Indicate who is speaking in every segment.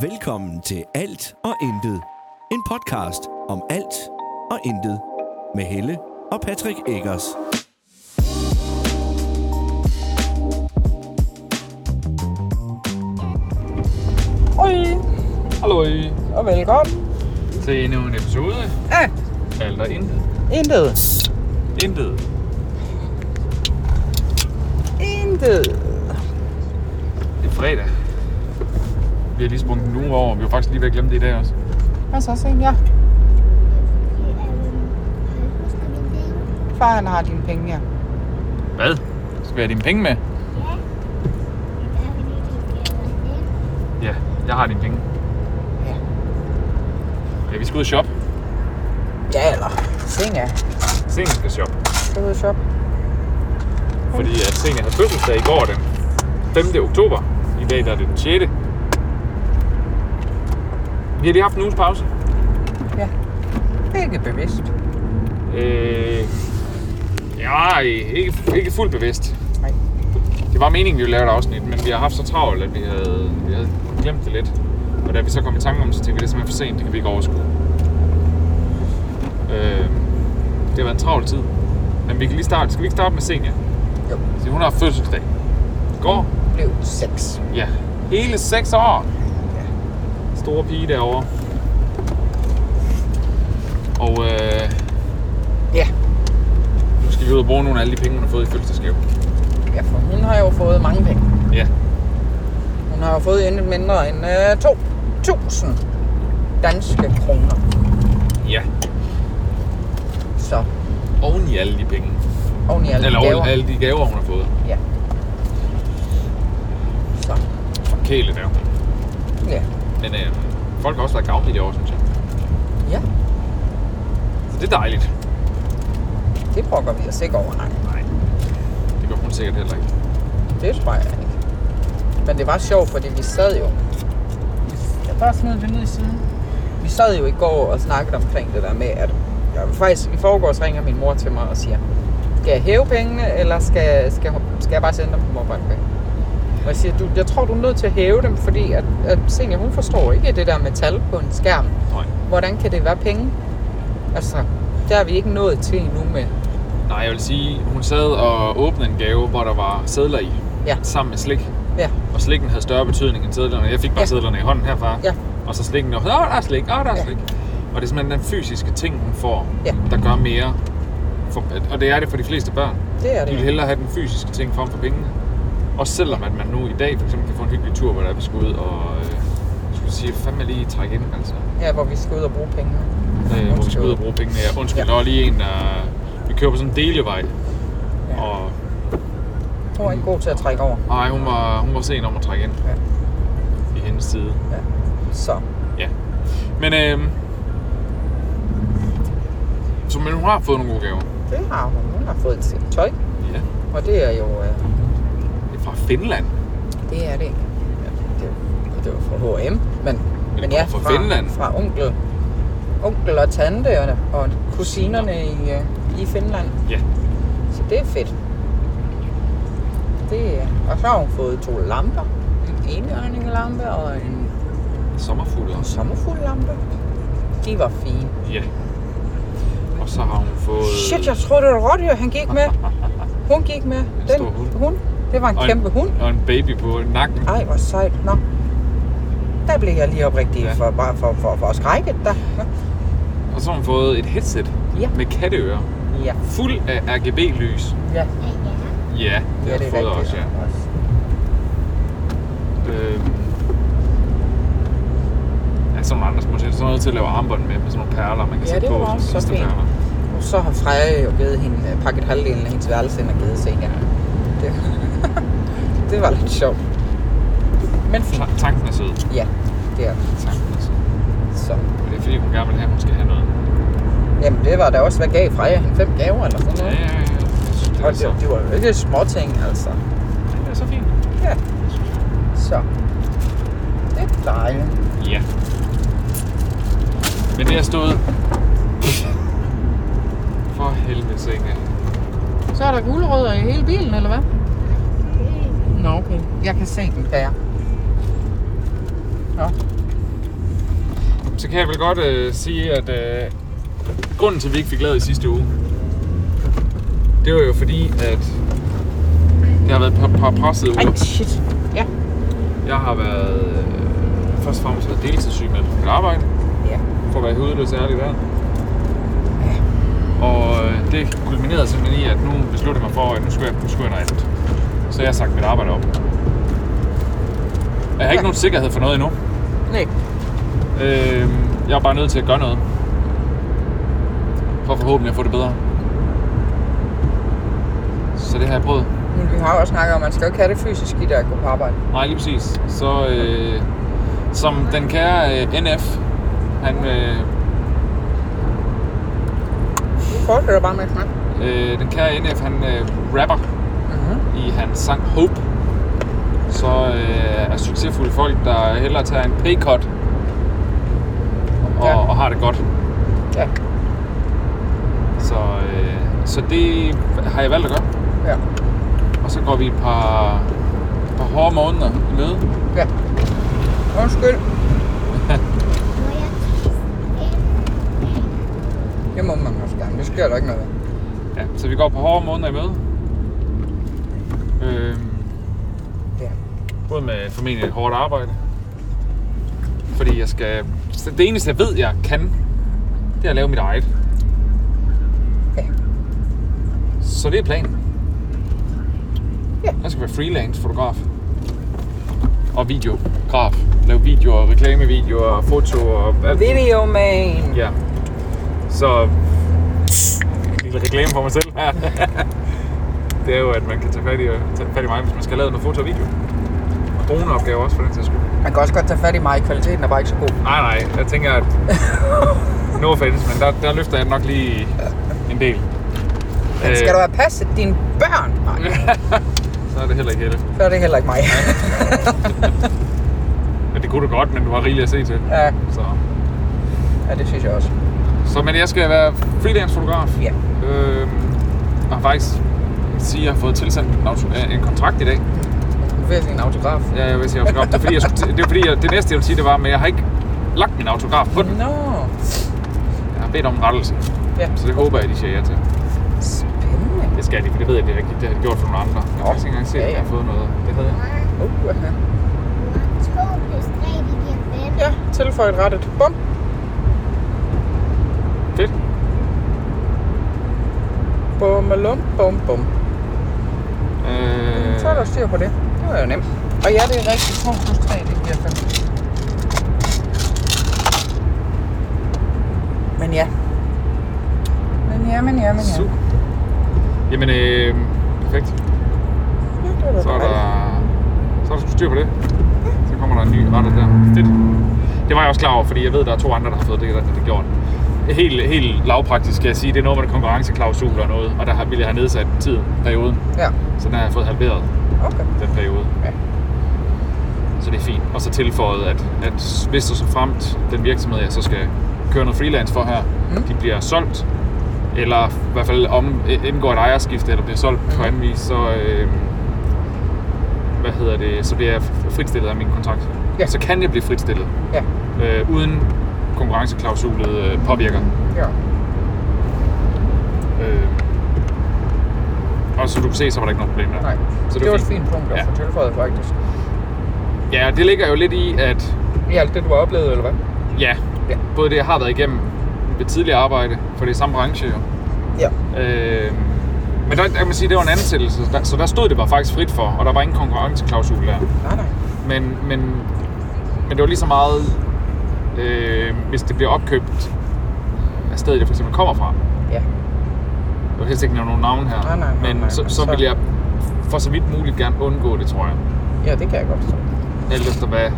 Speaker 1: Velkommen til Alt og Intet. En podcast om alt og intet. Med Helle og Patrick Eggers.
Speaker 2: Hej
Speaker 3: Hallo
Speaker 2: og velkommen
Speaker 3: til endnu en episode
Speaker 2: af
Speaker 3: Alt og Intet.
Speaker 2: Intet.
Speaker 3: Intet.
Speaker 2: Intet.
Speaker 3: Det er fredag. Vi har lige sprunget en uge over. Vi var faktisk lige ved at glemme det i dag også.
Speaker 2: Hvad så sent, ja. Far han har dine penge, ja.
Speaker 3: Hvad? Skal vi have dine penge med? Ja, jeg har dine penge.
Speaker 2: Ja,
Speaker 3: Ja, vi skal ud og shoppe.
Speaker 2: ja eller Senja.
Speaker 3: Sengen skal shoppe.
Speaker 2: Skal du shoppe?
Speaker 3: Fordi at Sengen havde fødselsdag i går den 5. oktober. I dag der er det den 6. Vi har lige haft en uges pause.
Speaker 2: Ja. Ikke bevidst.
Speaker 3: Øh, ja, ikke, ikke fuldt bevidst.
Speaker 2: Nej.
Speaker 3: Det var meningen, vi ville lave et afsnit, men vi har haft så travlt, at vi havde, vi havde glemt det lidt. Og da vi så kom i tanke om, det, så tænkte vi, det er simpelthen for sent, det kan vi ikke overskue. Øh, det har været en travl tid. Men vi kan lige starte. Skal vi ikke starte med Senja?
Speaker 2: Jo.
Speaker 3: Så hun har haft fødselsdag. I går?
Speaker 2: Blev seks.
Speaker 3: Ja. Hele 6 år! Store pige derovre. Og øh,
Speaker 2: Ja.
Speaker 3: nu skal vi ud og bruge nogle af alle de penge, hun har fået i fødselsdagsgave.
Speaker 2: ja, for hun har jo fået mange penge.
Speaker 3: Ja.
Speaker 2: Hun har jo fået intet mindre end øh, 2.000 danske kroner.
Speaker 3: Ja.
Speaker 2: Så
Speaker 3: Oven i alle de penge.
Speaker 2: oven i alle
Speaker 3: Eller
Speaker 2: gaver.
Speaker 3: gaver. alle de gaver, hun har fået.
Speaker 2: Ja. Så,
Speaker 3: Fra kæle der.
Speaker 2: ja.
Speaker 3: Men øh, folk har også været gavmilde i år, synes jeg.
Speaker 2: Ja,
Speaker 3: Så det er dejligt.
Speaker 2: det brokker vi os ikke over, nej.
Speaker 3: Nej. Det gør hun sikkert heller ikke.
Speaker 2: Det tror jeg ikke. Men det var sjovt, fordi vi sad jo... Jeg bare smed det ned i siden. Vi sad jo i går og snakkede omkring det der med, at jeg faktisk i forgårs ringer min mor til mig og siger, skal jeg hæve pengene, eller skal, skal, skal jeg bare sende dem på MobilePay? Og jeg siger, du, jeg tror, du er nødt til at hæve dem, fordi at, at Senior, hun forstår ikke det der med tal på en skærm.
Speaker 3: Nej.
Speaker 2: Hvordan kan det være penge? Altså, der er vi ikke nået til endnu med.
Speaker 3: Nej, jeg vil sige, hun sad og åbnede en gave, hvor der var sædler i.
Speaker 2: Ja.
Speaker 3: Sammen med slik.
Speaker 2: Ja,
Speaker 3: Og slikken havde større betydning end sædlerne. Jeg fik bare
Speaker 2: Ja.
Speaker 3: ja. sædlerne i hånden herfra.
Speaker 2: Ja.
Speaker 3: Og så slikken, og åh, der er slik, åh, der er
Speaker 2: Ja.
Speaker 3: ja. slik. Og det er simpelthen den fysiske ting, hun får,
Speaker 2: Ja.
Speaker 3: der gør mere. For, og det er det for de fleste børn.
Speaker 2: det er
Speaker 3: De
Speaker 2: det.
Speaker 3: vil hellere have den fysiske ting frem for pengene. Også selvom at man nu i dag for eksempel kan få en hyggelig tur, hvor der er vi skal ud og øh, skulle sige, fandme lige trække ind, altså.
Speaker 2: Ja, hvor vi skal ud og bruge pengene.
Speaker 3: Øh, hvor vi skal ud og bruge pengene. Ja, undskyld,
Speaker 2: Ja.
Speaker 3: ja. der er lige en, der... Vi kører på sådan en delevej,
Speaker 2: Ja.
Speaker 3: og
Speaker 2: Hun er ikke god til at trække over.
Speaker 3: nej, hun var, hun var sen om at trække ind
Speaker 2: Ja.
Speaker 3: i hendes side.
Speaker 2: Ja. Så.
Speaker 3: Ja. Men øhm, så men hun har fået nogle gode gaver.
Speaker 2: Det har hun. Hun har fået sit tøj.
Speaker 3: Ja.
Speaker 2: Og det er jo... Øh,
Speaker 3: Det er fra Finland.
Speaker 2: det er det ikke. Ja, det, var- det var fra H&M. Men, men
Speaker 3: kommer
Speaker 2: ja,
Speaker 3: fra Finland.
Speaker 2: Fra onkel, onkel og tante og, og kusinerne i, øh, i Finland.
Speaker 3: Ja.
Speaker 2: Så det er fedt. Det, er- og så har hun fået to lamper. En enørningelampe og en
Speaker 3: Sommerfugle også.
Speaker 2: sommerfugllampe. De var fine.
Speaker 3: Ja. Og så har hun fået...
Speaker 2: Shit, jeg troede, det var et rådyr, han gik med. Hun gik med. Den
Speaker 3: stor hund.
Speaker 2: hund. Det var en
Speaker 3: og
Speaker 2: kæmpe hund.
Speaker 3: Og en baby på nakken.
Speaker 2: Ej, hvor sejt. Nå. Der blev jeg lige oprigtig ja.
Speaker 3: Ja.
Speaker 2: for, bare for, for, for skrækket. Der. Nå.
Speaker 3: Og så har hun fået et headset
Speaker 2: Ja.
Speaker 3: med katteører.
Speaker 2: Ja.
Speaker 3: Fuld af RGB-lys.
Speaker 2: Ja,
Speaker 3: Ja, det har
Speaker 2: det
Speaker 3: hun
Speaker 2: er
Speaker 3: fået også, ja.
Speaker 2: Også.
Speaker 3: Øhm. Ja, så er nogle andre små ting. Sådan noget til at lave armbånd med, med sådan nogle perler, man kan
Speaker 2: Ja,
Speaker 3: sætte
Speaker 2: det
Speaker 3: på.
Speaker 2: var
Speaker 3: sådan
Speaker 2: også så fint.
Speaker 3: klisterperler.
Speaker 2: Og så har Freja jo givet hende, øh, pakket halvdelen af hendes værelse ind og givet sig ja. det, det var lidt sjovt. Men fint.
Speaker 3: Ta- Tanken er sød.
Speaker 2: Ja, det er det.
Speaker 3: Tanken er sød.
Speaker 2: så.
Speaker 3: Det er fordi, hun gerne vil have, at hun skal have noget.
Speaker 2: Jamen, det var da også, hvad gav Freja hende fem gaver eller sådan
Speaker 3: Ja,
Speaker 2: noget.
Speaker 3: ja, ja. Jeg synes, det, er
Speaker 2: Og
Speaker 3: så,
Speaker 2: det, det var jo ikke små ting, altså.
Speaker 3: det er så fint.
Speaker 2: Ja. Så. Det er dejligt.
Speaker 3: Ja. Men det har stået... For helvede sengen.
Speaker 2: Så er der gulerødder i hele bilen, eller hvad? Nå, okay. Jeg kan se den, kan jeg. Nå.
Speaker 3: så kan jeg vel godt øh, sige, at øh, grunden til, at vi ikke fik lavet i sidste uge, det var jo fordi, at det har været et par, par pressede uger.
Speaker 2: Ej, shit. Ja.
Speaker 3: Jeg har været, øh, først og fremmest været deltidssyg med på mit arbejde,
Speaker 2: Ja.
Speaker 3: for at være hovedløs ærlig der. Og øh, det kulminerede simpelthen i, at nu besluttede jeg mig for, at nu skulle jeg, nu skulle jeg noget andet. Så jeg har sagt mit arbejde op. Jeg har ikke
Speaker 2: Ja.
Speaker 3: nogen sikkerhed for noget endnu.
Speaker 2: Nej.
Speaker 3: Øh, jeg er bare nødt til at gøre noget. For forhåbentlig at få det bedre. Så det har jeg prøvet.
Speaker 2: Men vi har jo også snakket om, at man skal jo ikke have det fysisk i det at gå på arbejde.
Speaker 3: Nej, lige præcis. Så øh, som den kære øh, NF, han, øh,
Speaker 2: Du fortsætter bare med at snakke.
Speaker 3: øh, den kære NF, han øh, rapper
Speaker 2: Mm-hmm.
Speaker 3: i hans sang Hope. Så øh, er succesfulde folk, der hellere tager en pay-cut og,
Speaker 2: Ja.
Speaker 3: og har det godt.
Speaker 2: Ja.
Speaker 3: Så, øh, så det har jeg valgt at gøre.
Speaker 2: Ja.
Speaker 3: Og så går vi et par, et par hårde måneder i møde.
Speaker 2: Ja. Undskyld. Det må man også gerne. Det sker der ikke noget. ved.
Speaker 3: Ja, så vi går et par hårde måneder i møde. Øh,
Speaker 2: Ja.
Speaker 3: både med formentlig hårdt arbejde. Fordi jeg skal... Så det eneste, jeg ved, jeg kan, det er at lave mit eget.
Speaker 2: Ja.
Speaker 3: Så det er planen.
Speaker 2: Ja.
Speaker 3: Jeg skal være freelance fotograf. Og videograf. Lave videoer, reklamevideoer, foto og... alt muligt.
Speaker 2: Video man.
Speaker 3: Ja. Så... En lille reklame for mig selv her. det er jo, at man kan tage fat i, tage fat i mig, hvis man skal have lavet noget foto og video. Og droneopgaver også, for den sags skyld.
Speaker 2: Man kan også godt tage fat i mig. Kvaliteten er bare ikke så god.
Speaker 3: Nej, nej. Jeg tænker, at... No offense, men der, der løfter jeg nok lige en del.
Speaker 2: Men skal du have passet dine børn, Mark,
Speaker 3: Så er det heller ikke Helle.
Speaker 2: så er det heller ikke mig.
Speaker 3: Men det kunne du godt, men du har rigeligt at se til.
Speaker 2: ja.
Speaker 3: Så,
Speaker 2: ja, det synes jeg også.
Speaker 3: så men jeg skal være freelance-fotograf.
Speaker 2: Ja.
Speaker 3: Øhm, og har faktisk sige, at jeg har fået tilsendt en, auto, øh, en kontrakt i dag.
Speaker 2: Du er virkelig en autograf.
Speaker 3: Ja, jeg vil sige autograf. Det er fordi, jeg, skulle- det, er fordi jeg, det næste, jeg vil sige, det var, men jeg har ikke lagt min autograf på den.
Speaker 2: Nå.
Speaker 3: Jeg har bedt om en rettelse.
Speaker 2: Ja.
Speaker 3: Så det håber jeg, de siger ja til.
Speaker 2: Spændende.
Speaker 3: Det skal de, for det ved jeg, det, er rigtigt. det har de gjort for nogle andre. Jeg har faktisk ikke engang set,
Speaker 2: Ja,
Speaker 3: at
Speaker 2: ja.
Speaker 3: jeg har fået noget. Det havde jeg.
Speaker 2: Uh, aha. ja, tilføjet rettet. Bum.
Speaker 3: Fedt.
Speaker 2: Bum, alum, bum, bum.
Speaker 3: Øh,
Speaker 2: Så er der styr på det. Det var jo nemt. Og ja, det er rigtigt. 2 plus 3, det giver 5. Men ja. Men ja, men ja, men ja.
Speaker 3: Super. Jamen, øh, perfekt.
Speaker 2: Ja, det var da
Speaker 3: Så er
Speaker 2: dejligt.
Speaker 3: der, så er der sgu styr på det. Så kommer der en ny retter der. Fedt. Det var jeg også klar over, fordi jeg ved, der er to andre, der har fået det, der, det gjort. Helt, helt lavpraktisk skal jeg sige, det er noget med konkurrenceklausuler og noget, og der har- ville jeg have nedsat tiden, perioden,
Speaker 2: Ja,
Speaker 3: så den har jeg fået halveret.
Speaker 2: okay.
Speaker 3: den periode.
Speaker 2: Ja.
Speaker 3: Så det er fint. Og så tilføjet, at, at hvis og så fremt den virksomhed, jeg så skal køre noget freelance for her,
Speaker 2: Mm.
Speaker 3: mm. de bliver solgt, eller i hvert fald om, indgår et ejerskifte, eller bliver solgt
Speaker 2: Mhm.
Speaker 3: mm. på anden vis, så, øh, hvad hedder det, så bliver jeg f- fritstillet af min kontrakt.
Speaker 2: Ja.
Speaker 3: Så kan jeg blive fritstillet,
Speaker 2: Ja,
Speaker 3: øh, uden konkurrenceklausulet øh, påvirker.
Speaker 2: ja.
Speaker 3: Øh, og så du kan se, så var der ikke noget problem der.
Speaker 2: Nej.
Speaker 3: Så
Speaker 2: Så
Speaker 3: det
Speaker 2: det,
Speaker 3: var
Speaker 2: var et
Speaker 3: fint.
Speaker 2: fint punkt at
Speaker 3: Ja.
Speaker 2: få tilføjet, faktisk.
Speaker 3: Ja, det ligger jo lidt i, at
Speaker 2: I alt det, du har oplevet, eller hvad?
Speaker 3: Ja.
Speaker 2: Ja.
Speaker 3: ja. Både det, jeg har været igennem ved tidligere arbejde, for det er samme branche jo.
Speaker 2: Ja.
Speaker 3: Øh, men der, der kan man sige, det var en ansættelse, der, så der stod det bare faktisk frit for, og der var ingen konkurrenceklausul der.
Speaker 2: Nej, nej.
Speaker 3: Men, men, men det var lige så meget, øh, hvis det bliver opkøbt af stedet, jeg for eksempel kommer fra.
Speaker 2: Ja.
Speaker 3: Jeg vil helst ikke nævne nogen navne her,
Speaker 2: Nej, nej, nej,
Speaker 3: men
Speaker 2: nej,
Speaker 3: så,
Speaker 2: men
Speaker 3: så
Speaker 2: så-
Speaker 3: vil jeg for så vidt muligt gerne undgå det, tror jeg.
Speaker 2: Ja, det kan jeg godt forstå.
Speaker 3: Alt efter hvad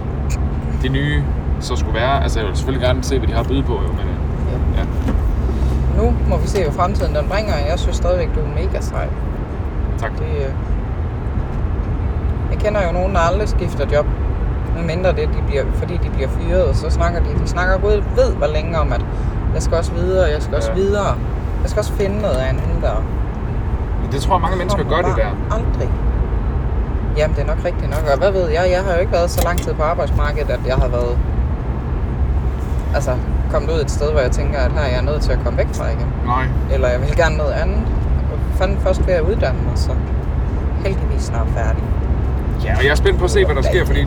Speaker 3: det nye så skulle være. Altså jeg vil selvfølgelig gerne se, hvad de har at byde på, jo, men øh,
Speaker 2: Ja.
Speaker 3: ja.
Speaker 2: Nu må vi se, hvad fremtiden den bringer. Jeg synes stadigvæk, du er mega sej.
Speaker 3: tak.
Speaker 2: Det, øh... Jeg kender jo nogen, der aldrig skifter job. Medmindre det, de bliver, fordi de bliver fyret, og så snakker de. De snakker både ved, hvor længe om, at jeg skal også videre, jeg skal også
Speaker 3: Ja.
Speaker 2: videre. Jeg skal også finde noget andet, der
Speaker 3: Men Det tror jeg, mange mennesker gør det der.
Speaker 2: Aldrig. Jamen, det er nok rigtigt nok. Og hvad ved jeg, jeg har jo ikke været så lang tid på arbejdsmarkedet, at jeg har været altså, kommet ud et sted, hvor jeg tænker, at her er jeg nødt til at komme væk fra igen.
Speaker 3: Nej.
Speaker 2: Eller jeg vil gerne noget andet. Og fanden først ved at uddanne mig, så heldigvis snart færdig.
Speaker 3: Ja, og jeg er spændt på at se, hvad der sker, fordi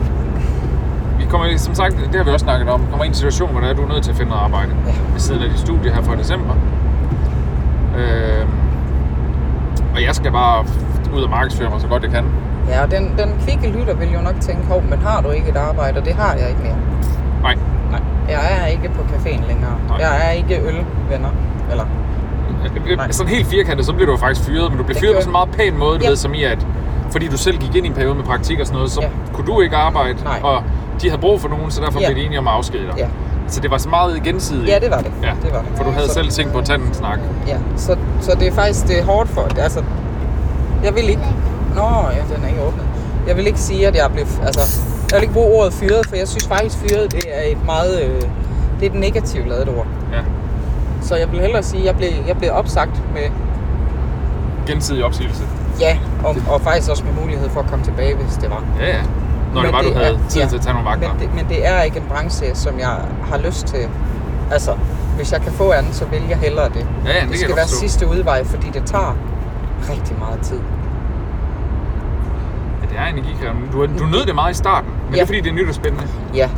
Speaker 3: vi kommer, som sagt, det har vi også snakket om, kommer i en situation, hvor der er, du er nødt til at finde noget arbejde
Speaker 2: Ja.
Speaker 3: ved siden af dit studie her fra december. Øh, og jeg skal bare ud og markedsføre mig så godt jeg kan.
Speaker 2: Ja, og den, den kvikke lytter vil jo nok tænke, hov, men har du ikke et arbejde? Og det har jeg ikke mere.
Speaker 3: Nej,
Speaker 2: Nej. Jeg er ikke på caféen længere.
Speaker 3: Nej.
Speaker 2: Nej. Jeg er ikke ølvenner. Eller, Nej.
Speaker 3: Øh, Sådan helt firkantet, så bliver du jo faktisk fyret, men du blev
Speaker 2: Det
Speaker 3: fyret på
Speaker 2: gør
Speaker 3: sådan en meget pæn måde, du
Speaker 2: Ja.
Speaker 3: ved, som i at, fordi du selv gik ind i en periode med praktik og sådan noget, så
Speaker 2: Ja.
Speaker 3: kunne du ikke arbejde,
Speaker 2: Nej.
Speaker 3: og de havde brug for nogen, så derfor
Speaker 2: Ja.
Speaker 3: blev de enige om at afskedige dig.
Speaker 2: ja.
Speaker 3: Så det var så meget gensidigt.
Speaker 2: ja, det var det.
Speaker 3: Ja,
Speaker 2: det var det.
Speaker 3: for du havde
Speaker 2: så,
Speaker 3: selv ting på tanden snak.
Speaker 2: Ja, så, så det er faktisk det er hårdt for... Altså, jeg vil ikke... Nå, ja, den er ikke åbnet. Jeg vil ikke sige, at jeg blev... Altså, jeg vil ikke bruge ordet fyret, for jeg synes faktisk, fyret det er et meget... Øh, det er et negativt lavet ord.
Speaker 3: Ja.
Speaker 2: Så jeg vil hellere sige, at jeg blev, jeg blev opsagt med
Speaker 3: Gensidig opsigelse.
Speaker 2: ja, og, og faktisk også med mulighed for at komme tilbage, hvis det var.
Speaker 3: Ja, ja. Når
Speaker 2: Men
Speaker 3: det var, du havde
Speaker 2: er-
Speaker 3: tid til at tage nogle vagter.
Speaker 2: Men det, men det er ikke en branche, som jeg har lyst til. Altså, hvis jeg kan få andet, så vil jeg hellere det.
Speaker 3: ja, det kan
Speaker 2: det
Speaker 3: jeg
Speaker 2: skal
Speaker 3: godt
Speaker 2: være
Speaker 3: forstå.
Speaker 2: sidste udvej, fordi det tager rigtig meget tid.
Speaker 3: Ja, det er energikrævende. Du, du nød det meget i starten, men det
Speaker 2: Ja.
Speaker 3: er fordi, det er nyt og spændende.
Speaker 2: Ja,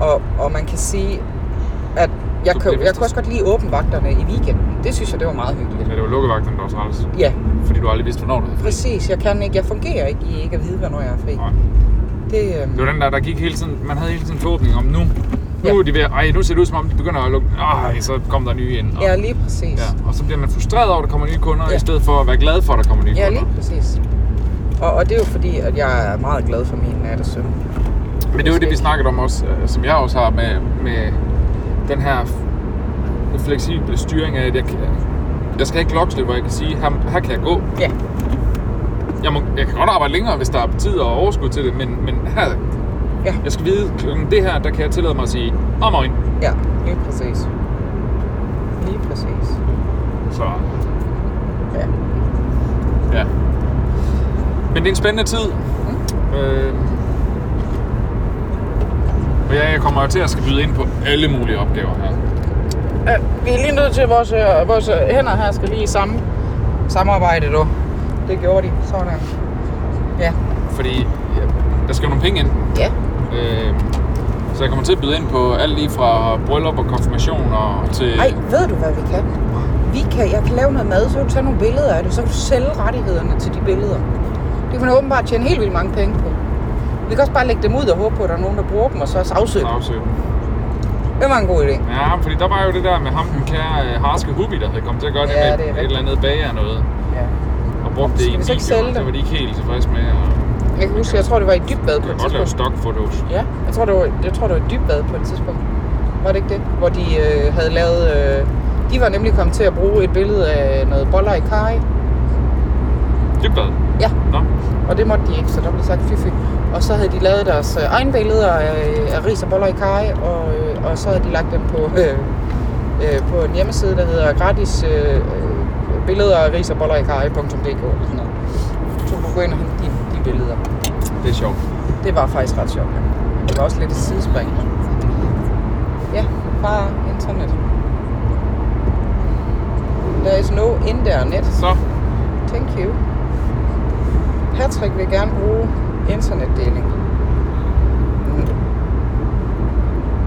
Speaker 2: og, og man kan sige, at jeg, kan,
Speaker 3: Så bliver det
Speaker 2: jeg kunne også
Speaker 3: vist-
Speaker 2: godt lide åbenvagterne i weekenden. Det synes jeg, det var meget hyggeligt.
Speaker 3: Men det var lukkevagten, der var træls,
Speaker 2: Ja,
Speaker 3: fordi du aldrig vidste, hvornår du havde fri.
Speaker 2: præcis. Jeg kan ikke. Jeg fungerer ikke i ikke at vide, hvornår jeg er fri.
Speaker 3: Nej.
Speaker 2: Det, øh,
Speaker 3: Det var den der, der gik hele tiden, man havde hele tiden forhåbning om nu. Nu
Speaker 2: Ja.
Speaker 3: er de ved, ej, nu ser det ud som om, de begynder at lukke. Ej, så kom der nye ind. Og,
Speaker 2: ja, lige præcis.
Speaker 3: ja. og så bliver man frustreret over, at der kommer nye kunder, ja.
Speaker 2: Ja.
Speaker 3: i stedet for at være glad for, at der kommer nye
Speaker 2: Ja,
Speaker 3: kunder.
Speaker 2: lige præcis. Og, og det er jo fordi, at jeg er meget glad for min nattesøvn.
Speaker 3: Men det er jo det, vi snakkede om også, øh, som jeg også har med, med den her f- fleksible styring af, at jeg, kan, jeg skal ikke loksle, hvor jeg kan sige, her, her kan jeg gå.
Speaker 2: Ja,
Speaker 3: Jeg, må, jeg kan godt arbejde længere, hvis der er tid og overskud til det, men, men her,
Speaker 2: ja,
Speaker 3: jeg skal vide, klokken det her, der kan jeg tillade mig at sige, om morgen.
Speaker 2: ja, lige præcis. Lige præcis.
Speaker 3: Så
Speaker 2: Ja.
Speaker 3: ja. Men det er en spændende tid. Øh, og jeg, jeg kommer jo til at skal byde ind på alle mulige opgaver her.
Speaker 2: Vi er lige nødt til, at vores, øh, vores øh, hænder her skal lige i samme samarbejde, du. Det gjorde de. Sådan. Ja.
Speaker 3: Fordi der skal jo nogle penge ind.
Speaker 2: Ja.
Speaker 3: Øh, så jeg kommer til at byde ind på alt lige fra bryllup og konfirmationer til...
Speaker 2: Ej, ved du, hvad vi kan? Vi kan, jeg kan lave noget mad, så kan du tage nogle billeder af det, så kan du sælge rettighederne til de billeder. Det kan man åbenbart tjene helt vildt mange penge på. Vi kan også bare lægge dem ud og håbe på, at der er nogen, der bruger dem, og så også afsøge dem.
Speaker 3: Sagsø.
Speaker 2: Det var en god idé.
Speaker 3: Ja, fordi der var jo det der med ham, den kære øh, harske Hubi, der havde kommet til at gøre det
Speaker 2: Ja, det er
Speaker 3: med et
Speaker 2: rigtigt.
Speaker 3: eller andet bager og noget.
Speaker 2: Ja.
Speaker 3: Og brugte det i
Speaker 2: Skal
Speaker 3: en
Speaker 2: vi så ikke
Speaker 3: video,
Speaker 2: sælge
Speaker 3: og så
Speaker 2: det?
Speaker 3: var de ikke helt tilfredse med. Og
Speaker 2: Jeg kan huske, jeg tror, det var i dybbad
Speaker 3: du
Speaker 2: på et
Speaker 3: kan godt lave
Speaker 2: tidspunkt.
Speaker 3: stockfotos.
Speaker 2: Ja, jeg tror, det var, jeg tror, det var i dybbad på et tidspunkt. Var det ikke det? Hvor de øh, havde lavet... Øh, de var nemlig kommet til at bruge et billede af noget boller i kaj.
Speaker 3: Dybbad.
Speaker 2: Ja,
Speaker 3: Nå.
Speaker 2: og det måtte de ikke, så der blev sagt fy fy. Og så havde de lavet deres øh, egne billeder af, af ris og boller i kaj, og, øh, og så havde de lagt dem på, øh, øh, på en hjemmeside, der hedder gratis øh, øh, billeder af ris og boller i kaj.dk eller sådan noget. Så du kunne gå ind og hente dine, de billeder.
Speaker 3: Det er sjovt.
Speaker 2: Det var faktisk ret sjovt. ja. Det var også lidt et sidespring. Ja, bare internet. There is no in there net.
Speaker 3: Så,
Speaker 2: Thank you. Patrick vil gerne bruge internetdeling. Mm.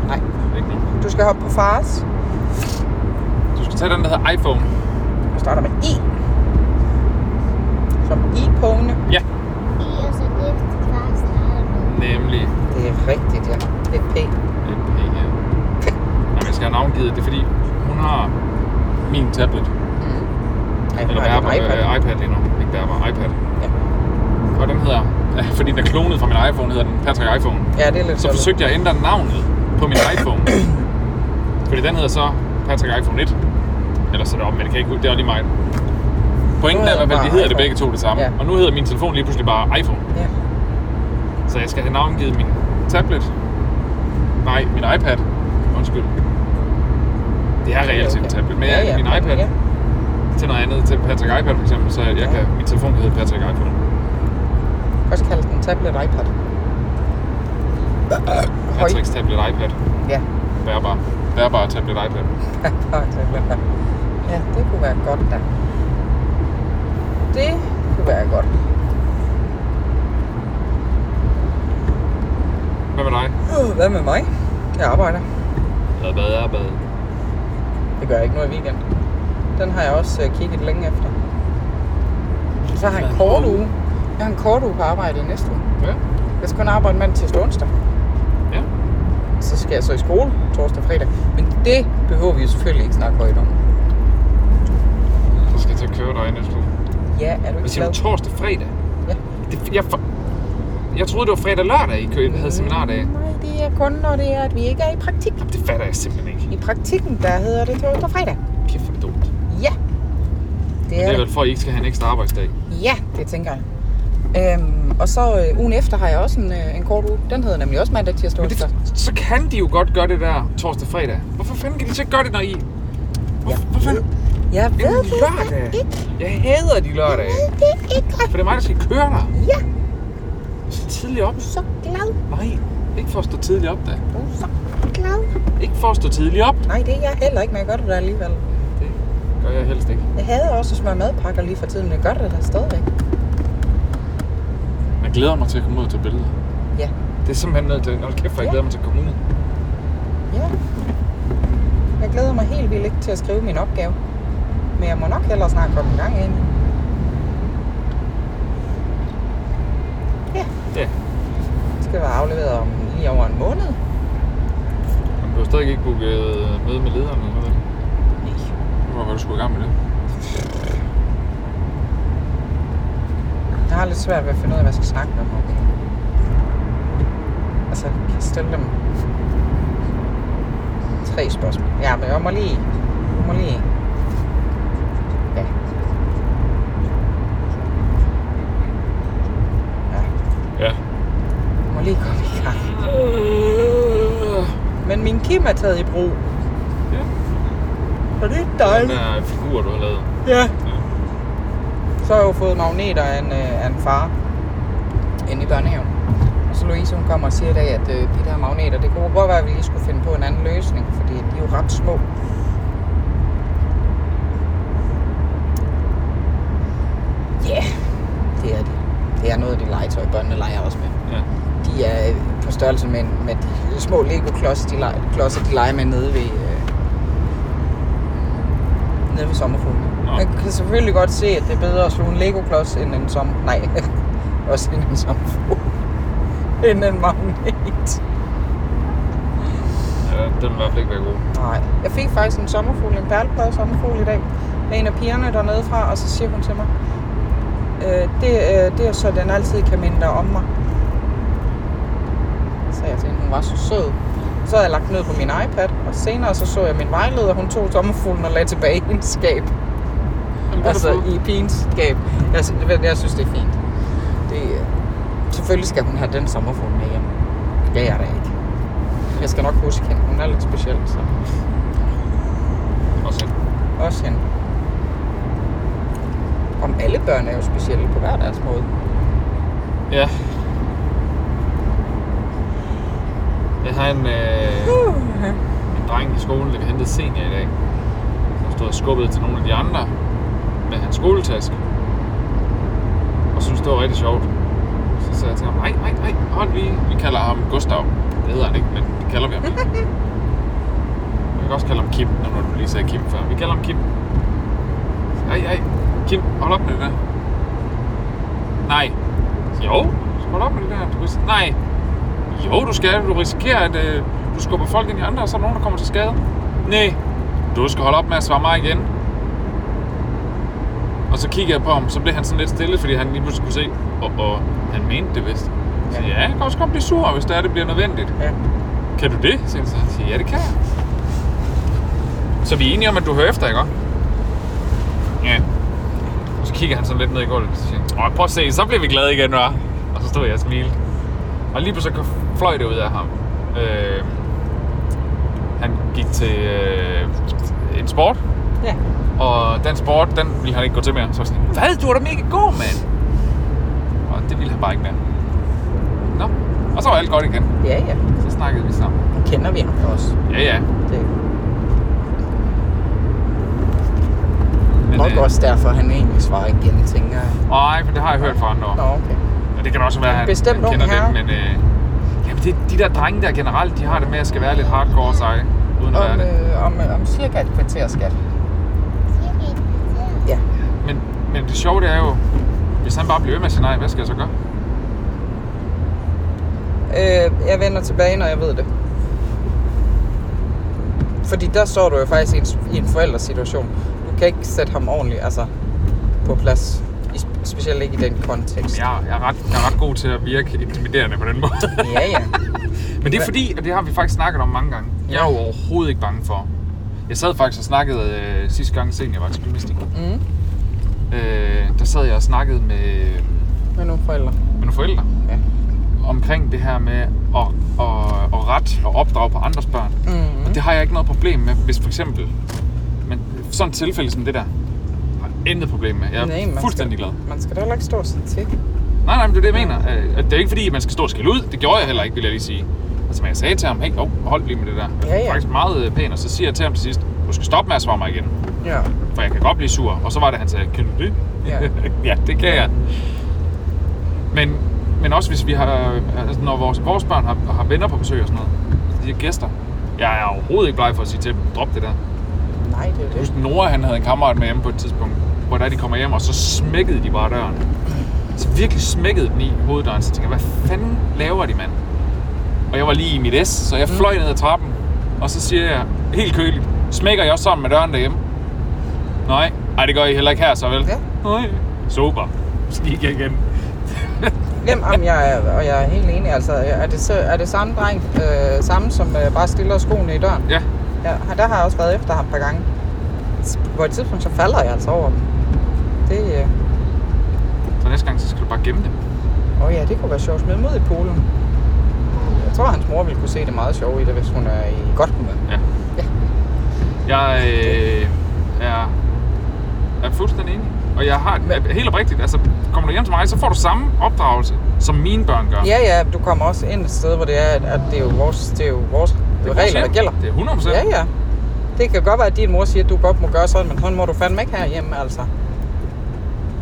Speaker 2: Nej,
Speaker 3: ikke nu.
Speaker 2: du skal hoppe på fars.
Speaker 3: Du skal tage den, der hedder iPhone.
Speaker 2: Du starter med I. Som i-pone.
Speaker 3: Ja,
Speaker 4: I og så næste far starter med.
Speaker 3: nemlig.
Speaker 2: Det er rigtigt, ja. Det er pænt.
Speaker 3: Et penge. Jamen, jeg skal have navngivet det, er fordi hun har min tablet.
Speaker 2: Nej,
Speaker 3: Eller
Speaker 2: har du
Speaker 3: Bærbar,
Speaker 2: en iPad?
Speaker 3: Øh, iPad. iPad lige nu. Ikke Bærbar, iPad.
Speaker 2: Ja.
Speaker 3: Og den hedder, øh, fordi den er klonet fra min iPhone, hedder den Patrick iPhone.
Speaker 2: Ja, det er lidt
Speaker 3: Så
Speaker 2: fjollet.
Speaker 3: forsøgte jeg at ændre navnet på min iPhone. fordi den hedder så Patrick iPhone 1. Eller så deroppe, men det kan jeg ikke huske, det er lige mig. Pointen
Speaker 2: Nu
Speaker 3: er i
Speaker 2: hedder
Speaker 3: hvert fald,
Speaker 2: den
Speaker 3: de
Speaker 2: bare
Speaker 3: hedder det
Speaker 2: iPhone.
Speaker 3: begge to det samme.
Speaker 2: Ja.
Speaker 3: Og nu hedder min telefon lige pludselig bare iPhone.
Speaker 2: Ja.
Speaker 3: Så jeg skal have navngivet min tablet. Nej, min iPad. Undskyld. Det er reelt set en tablet, men jeg ja, ja. min iPad
Speaker 2: Ja.
Speaker 3: til noget andet, til Patrick iPad for eksempel, så jeg
Speaker 2: Ja.
Speaker 3: kan, min telefon kan hedde Patrick iPhone.
Speaker 2: Også kaldt en tablet iPad. Høj.
Speaker 3: Patricks tablet iPad.
Speaker 2: Ja.
Speaker 3: bærbar, bærbar tablet iPad.
Speaker 2: ja, det kunne være godt da. Det kunne være godt.
Speaker 3: Hvad med dig?
Speaker 2: Øh, Hvad med mig? Jeg arbejder.
Speaker 3: Jeg bad, jeg bad.
Speaker 2: Det gør jeg ikke nu i weekenden. Den har jeg også øh, kigget længe efter. Så har jeg en kort uge. Jeg har en kort uge på arbejde i næste uge.
Speaker 3: Ja.
Speaker 2: Jeg skal kun arbejde mandag til onsdag.
Speaker 3: Ja.
Speaker 2: Så skal jeg så i skole torsdag og fredag. Men det behøver vi jo selvfølgelig ikke snakke højt om.
Speaker 3: Så skal jeg til at køre dig i næste uge.
Speaker 2: Ja, er du
Speaker 3: Hvad
Speaker 2: ikke
Speaker 3: siger
Speaker 2: glad?
Speaker 3: du? Torsdag, fredag?
Speaker 2: Ja.
Speaker 3: Det, jeg, for... jeg troede, det var fredag og lørdag, I kørte, havde seminardag.
Speaker 2: Nej, det er kun, når det er, at vi ikke er i praktik.
Speaker 3: Det fatter jeg simpelthen ikke.
Speaker 2: I praktikken, der hedder det torsdag og fredag.
Speaker 3: Kæft, for det dumt.
Speaker 2: Ja. Det
Speaker 3: Det
Speaker 2: er
Speaker 3: er
Speaker 2: det.
Speaker 3: vel for, at I ikke skal have en ekstra arbejdsdag.
Speaker 2: Ja, det tænker jeg. Øhm, og så øh, ugen efter har jeg også en, øh, en kort uge. Den hedder nemlig også mandag, tirsdag og
Speaker 3: Men
Speaker 2: onsdag.
Speaker 3: det, så kan de jo godt gøre det der torsdag fredag. Hvorfor fanden kan de så ikke gøre det, når I... Hvor, ja. Hvorfor fanden?
Speaker 2: Jeg
Speaker 3: Det er
Speaker 2: ved
Speaker 3: jo lørdag. Jeg hader de lørdage.
Speaker 4: Det er ikke
Speaker 3: For det er mig, der skal køre dig.
Speaker 4: Ja.
Speaker 3: Så tidligt op.
Speaker 4: så glad.
Speaker 3: Nej, ikke for at stå tidligt op, da.
Speaker 2: Du er så
Speaker 4: Glad.
Speaker 3: Ikke for at stå tidligt op.
Speaker 2: Nej, det er jeg heller ikke, men jeg gør det da alligevel.
Speaker 3: Det gør jeg helst ikke.
Speaker 2: Jeg havde også at smøre madpakker lige for tiden, men jeg gør det da stadigvæk.
Speaker 3: Jeg glæder mig til at komme ud og tage billeder.
Speaker 2: Ja.
Speaker 3: Det er simpelthen nødt til. Nå, kæft, for jeg
Speaker 2: Ja.
Speaker 3: glæder mig til at komme ud.
Speaker 2: Ja. Jeg glæder mig helt vildt ikke til at skrive min opgave. Men jeg må nok hellere snart komme i gang ind. Ja.
Speaker 3: Ja.
Speaker 2: Det skal være afleveret om lige over en måned.
Speaker 3: Men du har stadig ikke booket møde med lederen eller noget.
Speaker 2: Nej.
Speaker 3: Det var godt, du skulle i gang med det.
Speaker 2: Jeg har lidt svært ved at finde ud af, hvad jeg skal snakke med dem om. Altså, kan jeg stille dem tre spørgsmål? Ja, men jeg må lige... Jeg må lige... Ja. Ja,
Speaker 3: Ja.
Speaker 2: jeg må lige komme i gang. Men min kim er taget i brug.
Speaker 3: Øh, Ja.
Speaker 2: Så det er
Speaker 3: Den
Speaker 2: dejligt.
Speaker 3: der figur, du har lavet.
Speaker 2: Ja. Så har jeg jo fået magneter af en, øh, af en far inde i børnehaven. Og så Louise, hun kommer og siger i dag, at øh, de der magneter, det kunne godt være, at vi lige skulle finde på en anden løsning, fordi de er jo ret små. Ja, yeah, det er det. Det er noget af det legetøj, børnene leger også med.
Speaker 3: Ja.
Speaker 2: De er øh, på størrelse med, med de små Lego-klodser, de, leger, klodser, de leger med nede ved, øh, nede ved sommerfuglen.
Speaker 3: Nå.
Speaker 2: Man kan selvfølgelig godt se, at det er bedre at slå en Lego-klods end en som... Nej, også end en sommerfugl. end en magnet.
Speaker 3: ja den vil i hvert fald ikke være god.
Speaker 2: Nej. Jeg fik faktisk en sommerfugl, en perleplade sommerfugl i dag, med en af pigerne dernede fra, og så siger hun til mig, øh, det, øh, det er så, den altid kan minde dig om mig. Så sagde jeg til hende, hun var så sød. Så havde jeg lagt den ned på min iPad, og senere så så jeg min vejleder, hun tog sommerfuglen og lagde tilbage i hendes skab.
Speaker 3: Jamen, det er
Speaker 2: Altså
Speaker 3: da fedt.
Speaker 2: i pigens skab. Jeg, sy- ved- jeg synes, det er fint. Det, øh, selvfølgelig skal hun have den sommerfugl med hjem. Det er jeg da ikke. Jeg skal nok huske hende. Hun er lidt speciel, så
Speaker 3: Også en-
Speaker 2: også hende. Om alle børn er jo specielle på hver deres måde.
Speaker 3: Ja. Jeg har en, øh, en dreng i skolen, der vi hentede senior i dag. Som stod og skubbede til nogle af de andre med hans skoletaske. Og synes det var rigtig sjovt. Så sagde jeg til ham, nej, nej, nej, hold lige. Vi kalder ham Gustav. Det hedder han ikke, men det kalder vi ham. Vi kan også kalde ham Kim, når du lige sagde Kim før. Vi kalder ham Kim. Ej, ej, Kim, hold op med det der. Nej. Jo, hold op med det der. Du ris- Nej. Jo, du skal. Du risikerer, at øh, du skubber folk ind i andre, og så er der nogen, der kommer til skade. Nej. Du skal holde op med at svare mig igen. Og så kigger jeg på ham, så blev han sådan lidt stille, fordi han lige pludselig kunne se, og, og han mente det vist. Så
Speaker 2: Ja.
Speaker 3: ja, jeg kan også godt blive sur, hvis det er, det bliver nødvendigt.
Speaker 2: Ja.
Speaker 3: Kan du det? siger han så. Jeg siger, ja, det kan jeg. Så vi er enige om, at du hører efter, ikke? også? Ja. Og så kigger han sådan lidt ned i gulvet og siger, han, Åh, prøv at se, så bliver vi glade igen, hva? Og så stod jeg og smilte. Og lige pludselig fløj det ud af ham. Øh, han gik til øh, en sport,
Speaker 2: Ja.
Speaker 3: og den sport, den ville han ikke gå til mere. Så var jeg sådan, hvad, du er da mega god, mand! Og det ville han bare ikke mere. Nå, Og så var alt godt igen.
Speaker 2: Ja, ja.
Speaker 3: Så snakkede vi sammen.
Speaker 2: Nu kender vi ham også.
Speaker 3: Ja, ja.
Speaker 2: Det er
Speaker 3: Men, øh,
Speaker 2: nok også derfor, han egentlig svarer igen, tænker jeg.
Speaker 3: Nej, for det har jeg hørt fra andre om.
Speaker 2: Nå, okay.
Speaker 3: Og det kan også være, at han,
Speaker 2: Bestemt
Speaker 3: han
Speaker 2: ung
Speaker 3: kender
Speaker 2: herre.
Speaker 3: dem, men... Øh, jamen, det, de der drenge der generelt, de har det med at skal være lidt hardcore og seje, uden at være
Speaker 2: Om,
Speaker 3: det.
Speaker 2: øh, om, om cirka et kvarter skal.
Speaker 4: Cirka et kvarter.
Speaker 2: Ja.
Speaker 3: Men, men det sjove, det er jo, hvis han bare bliver ved med at sige nej, hvad skal jeg så gøre?
Speaker 2: Øh, jeg vender tilbage, når jeg ved det. Fordi der står du jo faktisk i en, i en forældresituation. Du kan ikke sætte ham ordentligt altså, på plads. I, spe- specielt ikke i den kontekst.
Speaker 3: Jeg, jeg, er ret, jeg er ret god til at virke intimiderende på den måde.
Speaker 2: ja. ja.
Speaker 3: Men det er fordi, og det har vi faktisk snakket om mange gange, jeg er jo overhovedet ikke bange for. Jeg sad faktisk og snakkede øh, sidste gang, sen jeg var til gymnastik.
Speaker 2: Mm.
Speaker 3: Øh, der sad jeg og snakkede med,
Speaker 2: Med nogle forældre.
Speaker 3: med nogle forældre
Speaker 2: Ja.
Speaker 3: omkring det her med at, at, at ret og opdrage på andres børn.
Speaker 2: Mm.
Speaker 3: Og det har jeg ikke noget problem med, hvis for eksempel... Men sådan et tilfælde som det der, har jeg intet problem med. Jeg er
Speaker 2: Nej, man skal-
Speaker 3: fuldstændig glad.
Speaker 2: Man skal da heller ikke stå og sige til.
Speaker 3: Nej, nej, men det er det, jeg mener. Øh, at Det er ikke fordi, man skal stå og skille ud. Det gjorde jeg heller ikke, vil jeg lige sige. Altså, men jeg sagde til ham, hey, oh, hold lige med det der.
Speaker 2: Ja, ja.
Speaker 3: Faktisk meget øh, pæn, og så siger jeg til ham til sidst, du skal stoppe med at svare mig igen,
Speaker 2: Ja.
Speaker 3: for jeg kan godt blive sur. Og så var det, han sagde, kan du det?
Speaker 2: Ja.
Speaker 3: ja, det kan jeg. Men, men også hvis vi har, altså, når vores, vores børn har, har venner på besøg og sådan noget, altså, de er gæster, jeg er overhovedet ikke bleg for at sige til dem, drop det der.
Speaker 2: Nej, det er jo
Speaker 3: Jeg
Speaker 2: det.
Speaker 3: husker, Nora han havde en kammerat med hjemme på et tidspunkt, hvor der de kommer hjem, og så smækkede de bare døren. Så virkelig smækkede den i hoveddøren, så tænkte jeg, hvad fanden laver de, mand? Og jeg var lige i mit S, så jeg fløj ned ad trappen, og så siger jeg helt køligt, smækker jeg også sammen med døren derhjemme? Nej, Ej, det gør I heller ikke her, så vel?
Speaker 2: Ja.
Speaker 3: Nej. Super. Så gik jeg igen.
Speaker 2: Jamen, jamen, jeg er, og jeg er helt enig. Altså, er det, så, er det samme dreng, øh, samme som øh, bare stiller skoene i døren?
Speaker 3: Ja,
Speaker 2: Ja, og der har jeg også været efter ham et par gange. På et tidspunkt, så falder jeg altså over dem. Det, øh,
Speaker 3: så næste gang, så skal du bare gemme dem.
Speaker 2: åh ja, det kunne være sjovt. Smid dem ud i poolen. Jeg tror, hans mor ville kunne se det meget sjove i det, hvis hun er i godt humør.
Speaker 3: Ja.
Speaker 2: Ja.
Speaker 3: Jeg øh, er, er fuldstændig enig. Og jeg har
Speaker 2: Men-
Speaker 3: er helt oprigtigt, altså kommer du hjem til mig, så får du samme opdragelse, som mine børn gør.
Speaker 2: Ja, ja, du kommer også ind et sted, hvor det er, at- at det er jo vores, det er jo vores
Speaker 3: Det er vores
Speaker 2: regler, der
Speaker 3: hjem.
Speaker 2: gælder.
Speaker 3: Det er 100 procent.
Speaker 2: Ja, ja. Det kan godt være, at din mor siger, at du godt må gøre sådan, men sådan må du fandme ikke herhjemme, altså.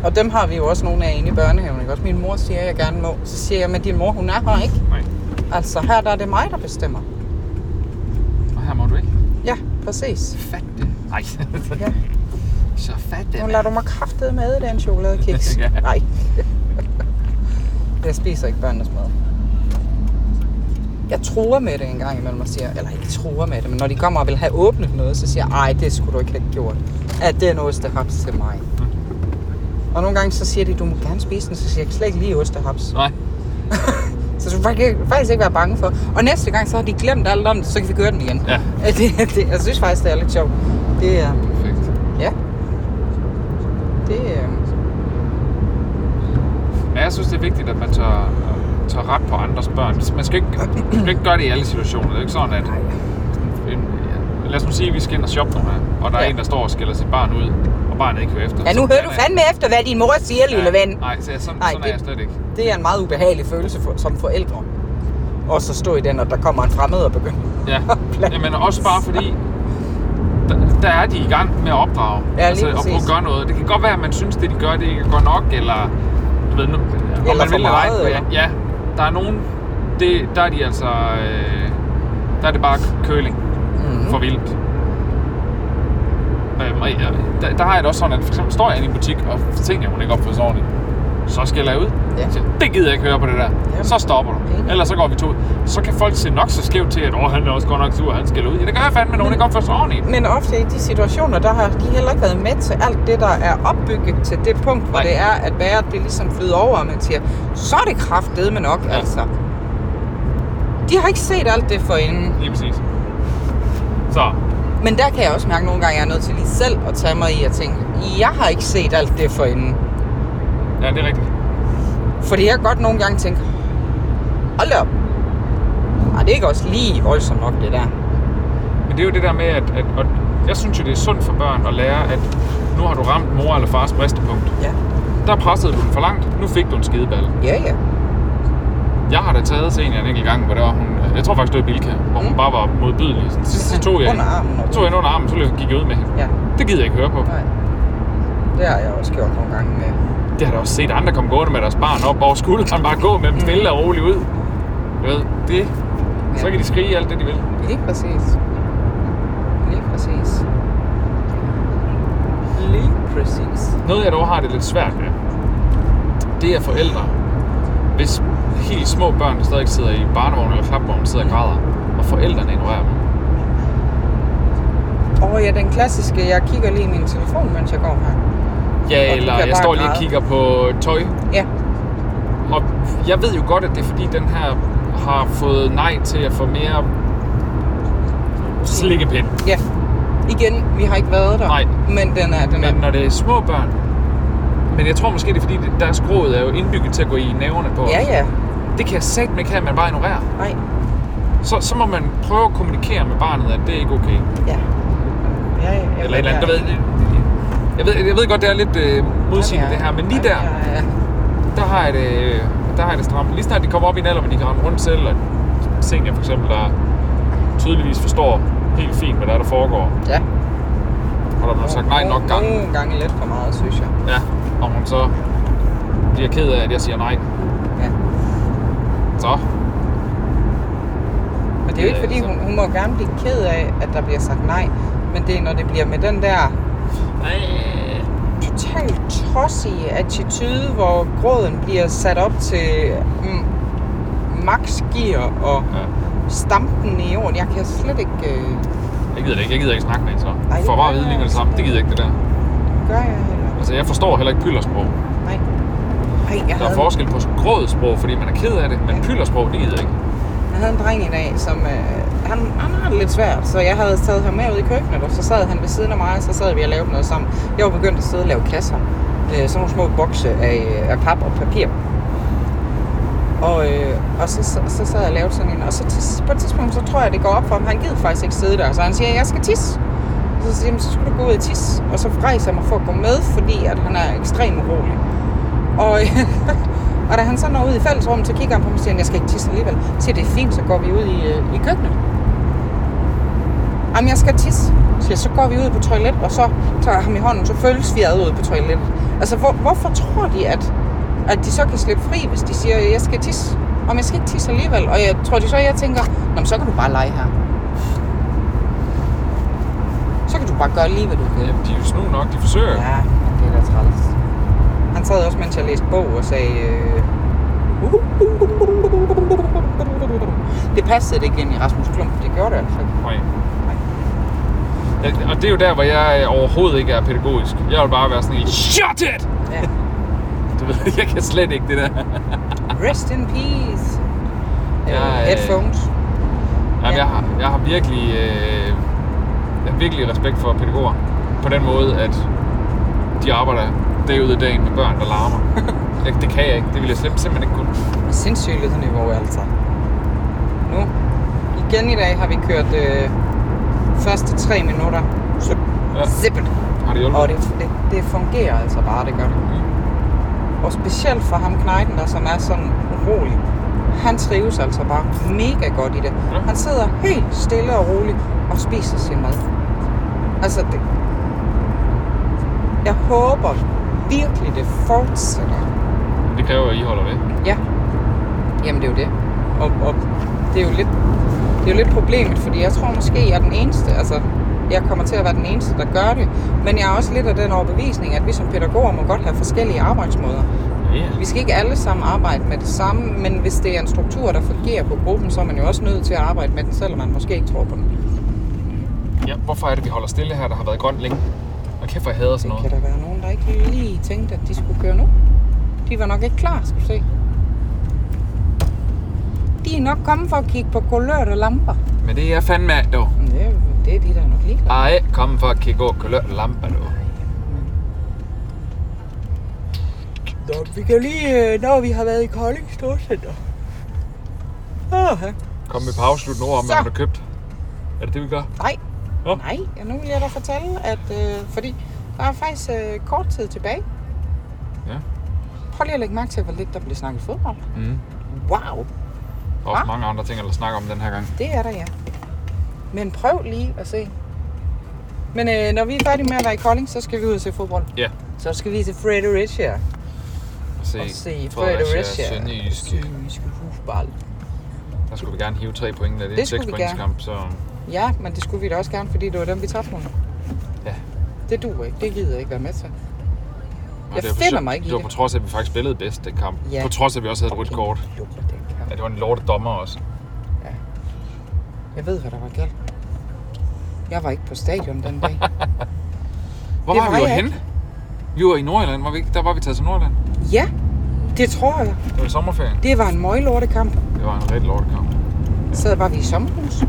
Speaker 2: Og dem har vi jo også nogle af inde i børnehaven, ikke også? Min mor siger, at jeg gerne må. Så siger jeg, men din mor, hun er her, ikke?
Speaker 3: Nej,
Speaker 2: Altså, her der er det mig, der bestemmer.
Speaker 3: og her må du ikke.
Speaker 2: Ja, præcis.
Speaker 3: Fat det. Nej.
Speaker 2: Ja.
Speaker 3: så fat det,
Speaker 2: Nu
Speaker 3: mand.
Speaker 2: lader du mig kraftede med i den chokoladekiks.
Speaker 3: Ja.
Speaker 2: Nej. jeg spiser ikke børnenes mad. Jeg truer med det en gang imellem og siger, eller ikke truer med det, men når de kommer og vil have åbnet noget, så siger jeg, ej, det skulle du ikke have gjort. At den ostehaps til mig. Og nogle gange så siger de, du må gerne spise den, så siger jeg, jeg kan slet ikke lige ostehaps.
Speaker 3: Nej.
Speaker 2: Så du kan faktisk ikke være bange for. Og næste gang, så har de glemt alt om det, så kan vi gøre den igen.
Speaker 3: Ja.
Speaker 2: Det, det, jeg synes faktisk, det er lidt sjovt. Det er...
Speaker 3: Perfekt.
Speaker 2: Ja. Det, øh,
Speaker 3: Men jeg synes, det er vigtigt, at man tør, tør ret på andres børn. Man skal, ikke, man skal ikke gøre det i alle situationer. Det er ikke sådan, at... En, ja. Lad os nu sige, at vi skal ind og shoppe nu her, og der er
Speaker 2: Ja.
Speaker 3: en, der står og skælder sit barn ud, og barnet ikke hører efter.
Speaker 2: ja, nu
Speaker 3: Så
Speaker 2: hører
Speaker 3: er
Speaker 2: du
Speaker 3: det-
Speaker 2: fandme efter, hvad din mor siger, lille
Speaker 3: Ja,
Speaker 2: ven.
Speaker 3: Nej, så jeg, sådan,
Speaker 2: Nej,
Speaker 3: sådan er
Speaker 2: det-
Speaker 3: jeg slet ikke.
Speaker 2: Det er en meget ubehagelig følelse for, som forældre. Og så stå i den, og der kommer en fremmed og begynder.
Speaker 3: Ja.
Speaker 2: Blandt-
Speaker 3: Jamen også bare fordi, der, der er de i gang med at opdrage. Altså,
Speaker 2: Ja, lige
Speaker 3: og prøve
Speaker 2: præcis.
Speaker 3: at gøre noget. Det kan godt være, at man synes, det de gør, det ikke er godt nok, eller du ved, nu, eller
Speaker 2: for
Speaker 3: man vil ej,
Speaker 2: meget, eller?
Speaker 3: Ja, der er nogen, det, der er de altså, øh, der er det bare køling mm-hmm. for vildt. Øhm, og jeg- der, der har jeg det også sådan, at for eksempel står jeg inde i en butik, og tingene hun ikke opfører sig ordentligt, så skælder jeg ud.
Speaker 2: Ja.
Speaker 3: Så det gider jeg ikke høre på det der.
Speaker 2: Jamen.
Speaker 3: Så stopper du.
Speaker 2: Enig.
Speaker 3: Ellers så går vi to. ud. Så kan folk se nok så skævt til, at Åh, han er også godt nok sur, han skælder ud. Ja, det gør jeg fandme, når hun ikke opfører sig ordentligt.
Speaker 2: Men ofte i de situationer, der har de heller ikke været med til alt det, der er opbygget til det punkt, hvor
Speaker 3: Nej.
Speaker 2: det er, at været det ligesom flyder over, og man siger, så er det kraftedeme nok, ja. altså. De har ikke set alt det forinden.
Speaker 3: Lige præcis. Så,
Speaker 2: Men der kan jeg også mærke nogle gange, at jeg er nødt til lige selv at tage mig i at tænke, jeg har ikke set alt det forinden.
Speaker 3: ja, det er rigtigt.
Speaker 2: Fordi jeg kan godt nogle gange tænke, hold da op. Ej, det er ikke også lige voldsomt nok, det der.
Speaker 3: Men det er jo det der med, at, at, at jeg synes jo, det er sundt for børn at lære, at nu har du ramt mor eller fars bristepunkt.
Speaker 2: Ja.
Speaker 3: Der pressede du den for langt, nu fik du en skideballe.
Speaker 2: Ja, ja.
Speaker 3: Jeg har da taget scenen en enkelt gang, hvor der var hun... øh, Jeg tror faktisk, det var i Bilka, hvor hun
Speaker 2: Mm.
Speaker 3: bare var modbydelig. Så, så tog jeg
Speaker 2: Under armen.
Speaker 3: Så tog jeg hende under armen, så løb- gik jeg ud med hende.
Speaker 2: Ja,
Speaker 3: Det gider jeg ikke høre på.
Speaker 2: nej. Det har jeg også gjort nogle gange med.
Speaker 3: Det har jeg da også set andre komme gående med deres barn op over skulderen, bare gå med dem stille og roligt ud. Du ved, det... Så
Speaker 2: Mm. Ja.
Speaker 3: kan de skrige alt det, de vil.
Speaker 2: Lige præcis. Lige præcis. Lige præcis.
Speaker 3: Noget, jeg dog har det lidt svært med, det er forældre, hvis helt små børn, der stadig sidder i barnevogn eller klapvogn, sidder og
Speaker 2: Mm.
Speaker 3: græder, og forældrene ignorerer dem.
Speaker 2: Og ja, den klassiske, jeg kigger lige i min telefon, mens jeg går her. Og
Speaker 3: Ja,
Speaker 2: de
Speaker 3: eller
Speaker 2: kan
Speaker 3: jeg
Speaker 2: bare
Speaker 3: står lige og
Speaker 2: græde.
Speaker 3: kigger på tøj,
Speaker 2: Ja,
Speaker 3: og jeg ved jo godt, at det er fordi, den her har fået nej til at få mere slikkepind.
Speaker 2: ja. Igen, vi har ikke været der.
Speaker 3: Nej.
Speaker 2: Men den er, den er,
Speaker 3: Men når det er små børn, men jeg tror måske, det er fordi, det- deres gråd er jo indbygget til at gå i naverne på os.
Speaker 2: Ja, ja.
Speaker 3: Det kan jeg satme ikke have, at man bare ignorerer.
Speaker 2: Nej.
Speaker 3: Så, så må man prøve at kommunikere med barnet, at det er ikke okay.
Speaker 2: Ja. Ja, ja. jeg
Speaker 3: eller et eller andet. Du
Speaker 2: ja.
Speaker 3: ved, jeg, ved, jeg ved godt, det er lidt øh, modsigende
Speaker 2: Ja,
Speaker 3: det her, men lige
Speaker 2: ja,
Speaker 3: der,
Speaker 2: Ja, ja.
Speaker 3: der har jeg det, øh, der har jeg det stramt. Lige snart de kommer op i en alder, hvor de kan ramme rundt selv, og Senja for eksempel, der tydeligvis forstår helt fint, hvad der, er, der foregår.
Speaker 2: ja.
Speaker 3: Og der bliver sagt nej nok gange.
Speaker 2: Nogle gange lidt for meget, synes jeg.
Speaker 3: Ja, og hun så bliver ked af, at jeg siger nej.
Speaker 2: Ja.
Speaker 3: Så,
Speaker 2: Men det er jo ikke,
Speaker 3: Ja,
Speaker 2: fordi
Speaker 3: altså.
Speaker 2: hun, hun må gerne blive ked af, at der bliver sagt nej. Men det er, når det bliver med den der
Speaker 3: øh,
Speaker 2: totalt tossige attitude, hvor gråden bliver sat op til mm, max gear og
Speaker 3: ja.
Speaker 2: stampen i jorden. Jeg kan slet ikke... Øh,
Speaker 3: Jeg gider det ikke. Jeg gider ikke snakke med hende så.
Speaker 2: Ej,
Speaker 3: For bare at
Speaker 2: det altså
Speaker 3: vide lige med det
Speaker 2: er-
Speaker 3: samme. Det gider jeg ikke det der.
Speaker 2: gør jeg heller ikke.
Speaker 3: Altså, jeg forstår heller ikke pyldersprog.
Speaker 2: Nej. Ej, jeg
Speaker 3: Der er
Speaker 2: havde,
Speaker 3: forskel på grådet sprog, fordi man er ked af det, men
Speaker 2: Ja.
Speaker 3: pyldersprog, det gider jeg ikke.
Speaker 2: jeg havde en dreng i dag, som... Øh, han, han har det lidt svært, så jeg havde taget ham med ud i køkkenet, og så sad han ved siden af mig, og så sad vi og lavede noget sammen. Jeg var begyndt at sidde og lave kasser. Øh, sådan nogle små bokse af, af pap og papir. Og, øh, og så, så, så sad jeg og lavede sådan en, og så til, på et tidspunkt, så tror jeg, det går op for ham. Han gider faktisk ikke sidde der, så han siger, jeg skal tisse. Og så siger jeg, "Jamen, så skulle du gå ud og tisse. Og så rejser jeg mig for at gå med, fordi at han er ekstremt urolig. Og, og da han så når ud i fællesrummet, så kigger han på mig og siger, jeg skal ikke tisse alligevel. Så siger, jeg, det er fint, så går vi ud i, øh, i køkkenet. Jamen, jeg skal tisse. Så siger jeg, så går vi ud på toilet, og så tager jeg ham i hånden, så følges vi ad ud på toilettet. Altså, hvor, hvorfor tror de, at, at de så kan slippe fri, hvis de siger, jeg skal tisse? Om jeg skal ikke tisse alligevel. Og jeg tror de så, jeg tænker, Nå, men så kan du bare lege her. Så kan du bare gøre lige, hvad du vil.
Speaker 3: Jamen, de er jo snu nok, de forsøger. Ja.
Speaker 2: Ja, men det er da træls. Han sad også, mens jeg læste bog og sagde... Øh... Det passede det ikke ind i Rasmus Klump. Det gjorde det altså ikke.
Speaker 3: Nej. Ja, og det er jo der, hvor jeg øh, overhovedet ikke er pædagogisk. Jeg vil bare være sådan en, shut it!
Speaker 2: Ja.
Speaker 3: Du ved, jeg kan slet ikke det der.
Speaker 2: Rest in peace.
Speaker 3: Ja,
Speaker 2: Ja,
Speaker 3: øh.
Speaker 2: headphones.
Speaker 3: Jamen,
Speaker 2: Ja.
Speaker 3: jeg, har, jeg har virkelig, øh, jeg har virkelig respekt for pædagoger. På den måde, at de arbejder dag ud af dagen med børn, der larmer. jeg, det kan jeg ikke. Det vil jeg slet- simpelthen ikke kunne.
Speaker 2: Sindssyglighedsniveau altså. Nu. Igen i dag har vi kørt øh, første tre minutter. Zip.
Speaker 3: Ja.
Speaker 2: Zippet.
Speaker 3: Har det hjulpet?
Speaker 2: Og det, det, det fungerer altså bare, det gør det. Og specielt for ham knejten, der som er sådan urolig. Han trives altså bare mega godt i det.
Speaker 3: Ja.
Speaker 2: Han sidder helt stille og roligt og spiser sin mad. Altså, det... jeg håber virkelig, det fortsætter.
Speaker 3: Det kræver, at I holder ved.
Speaker 2: Ja. Jamen, det er jo det. Og, og det er jo lidt, det er jo lidt problemet, fordi jeg tror måske, jeg er den eneste. Altså, jeg kommer til at være den eneste, der gør det. Men jeg er også lidt af den overbevisning, at vi som pædagoger må godt have forskellige arbejdsmåder.
Speaker 3: Ja.
Speaker 2: Vi skal ikke alle sammen arbejde med det samme, men hvis det er en struktur, der fungerer på gruppen, så er man jo også nødt til at arbejde med den, selvom man måske ikke tror på den.
Speaker 3: ja. Hvorfor er det, vi holder stille her, der har været grønt længe? Og kæft, hvor jeg hader sådan
Speaker 2: Det
Speaker 3: noget.
Speaker 2: kan der være nogen, der ikke lige tænkte, at de skulle køre nu. De var nok ikke klar, skal du se. De er nok kommet for at kigge på kulørte lamper.
Speaker 3: Men det er fandme af, dog.
Speaker 2: Men det, er- det er de, der er nok ligeglade.
Speaker 3: Ej, kom for at kigge over kulør lamper, du.
Speaker 2: Nå, vi kan lige, øh, når vi har været i Kolding Storcenter. Åh,
Speaker 3: Kom med på afsluttende ord om, hvad
Speaker 2: Så.
Speaker 3: man har købt. Er det det, vi gør?
Speaker 2: Nej.
Speaker 3: Nå.
Speaker 2: Nej, ja, nu vil jeg da fortælle, at øh, fordi der er faktisk øh, kort tid tilbage.
Speaker 3: Ja.
Speaker 2: Prøv lige at lægge mærke til, hvor lidt der bliver snakket fodbold.
Speaker 3: Mm.
Speaker 2: Wow,
Speaker 3: Der er også
Speaker 2: Hva?
Speaker 3: mange andre ting, jeg vil snakke om den her gang.
Speaker 2: det er der, ja. Men prøv lige at se. Men øh, når vi er færdige med at være i Kolding, så skal vi ud og se fodbold.
Speaker 3: Ja.
Speaker 2: Så skal vi til Fredericia
Speaker 3: Og se,
Speaker 2: og se
Speaker 3: Fredericia
Speaker 2: Fredericia.
Speaker 3: Sønderjyske.
Speaker 2: Sønderjyske hufball.
Speaker 3: Der skulle vi gerne hive tre point af det.
Speaker 2: Det
Speaker 3: en
Speaker 2: skulle vi
Speaker 3: sekspointskamp, så
Speaker 2: Ja, men det skulle vi da også gerne, fordi det var dem, vi tabte mod.
Speaker 3: Ja.
Speaker 2: Det duer ikke. Det gider jeg ikke være med til.
Speaker 3: og
Speaker 2: Jeg
Speaker 3: det var på-
Speaker 2: finder mig ikke i
Speaker 3: Det var
Speaker 2: det.
Speaker 3: på trods af, at vi faktisk spillede bedst den kamp.
Speaker 2: Ja.
Speaker 3: På trods af, at vi også havde et rødt kort.
Speaker 2: Lortet,
Speaker 3: Ja,
Speaker 2: kamp.
Speaker 3: det var en lorte dommer også.
Speaker 2: Jeg ved, hvad der var galt. Jeg var ikke på stadion den dag.
Speaker 3: Hvor
Speaker 2: Det
Speaker 3: var,
Speaker 2: var
Speaker 3: vi jo
Speaker 2: jeg
Speaker 3: henne? Vi var i Nordjylland, var vi ikke? Der var vi taget til Nordjylland.
Speaker 2: ja, det tror jeg.
Speaker 3: Det var i sommerferien.
Speaker 2: Det var en møglortekamp.
Speaker 3: Det var en rigtig lorte kamp.
Speaker 2: Så var vi i sommerhus.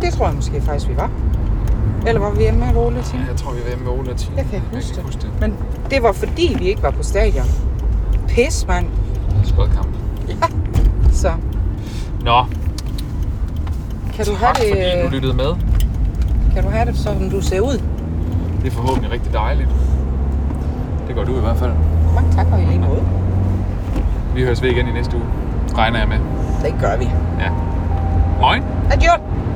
Speaker 2: Det tror jeg måske faktisk, vi var. Eller var vi hjemme med Ole
Speaker 3: Ja,
Speaker 2: Tine?
Speaker 3: jeg tror, vi var hjemme ved Ole og Tine.
Speaker 2: Jeg kan ikke huske det.
Speaker 3: huske det.
Speaker 2: Men det var fordi, vi ikke var på stadion. Pis, mand.
Speaker 3: Det var en skød kamp.
Speaker 2: Så
Speaker 3: Nå,
Speaker 2: kan du, have
Speaker 3: tak
Speaker 2: det, øh,
Speaker 3: fordi du lyttede med.
Speaker 2: kan du have det, som du ser ud?
Speaker 3: Det er forhåbentlig rigtig dejligt. Det gør du i hvert fald.
Speaker 2: Mange tak, og i lige måde.
Speaker 3: Vi høres ved igen i næste uge. Regner jeg med.
Speaker 2: Det gør vi.
Speaker 3: Ja. Moin.
Speaker 2: Adios!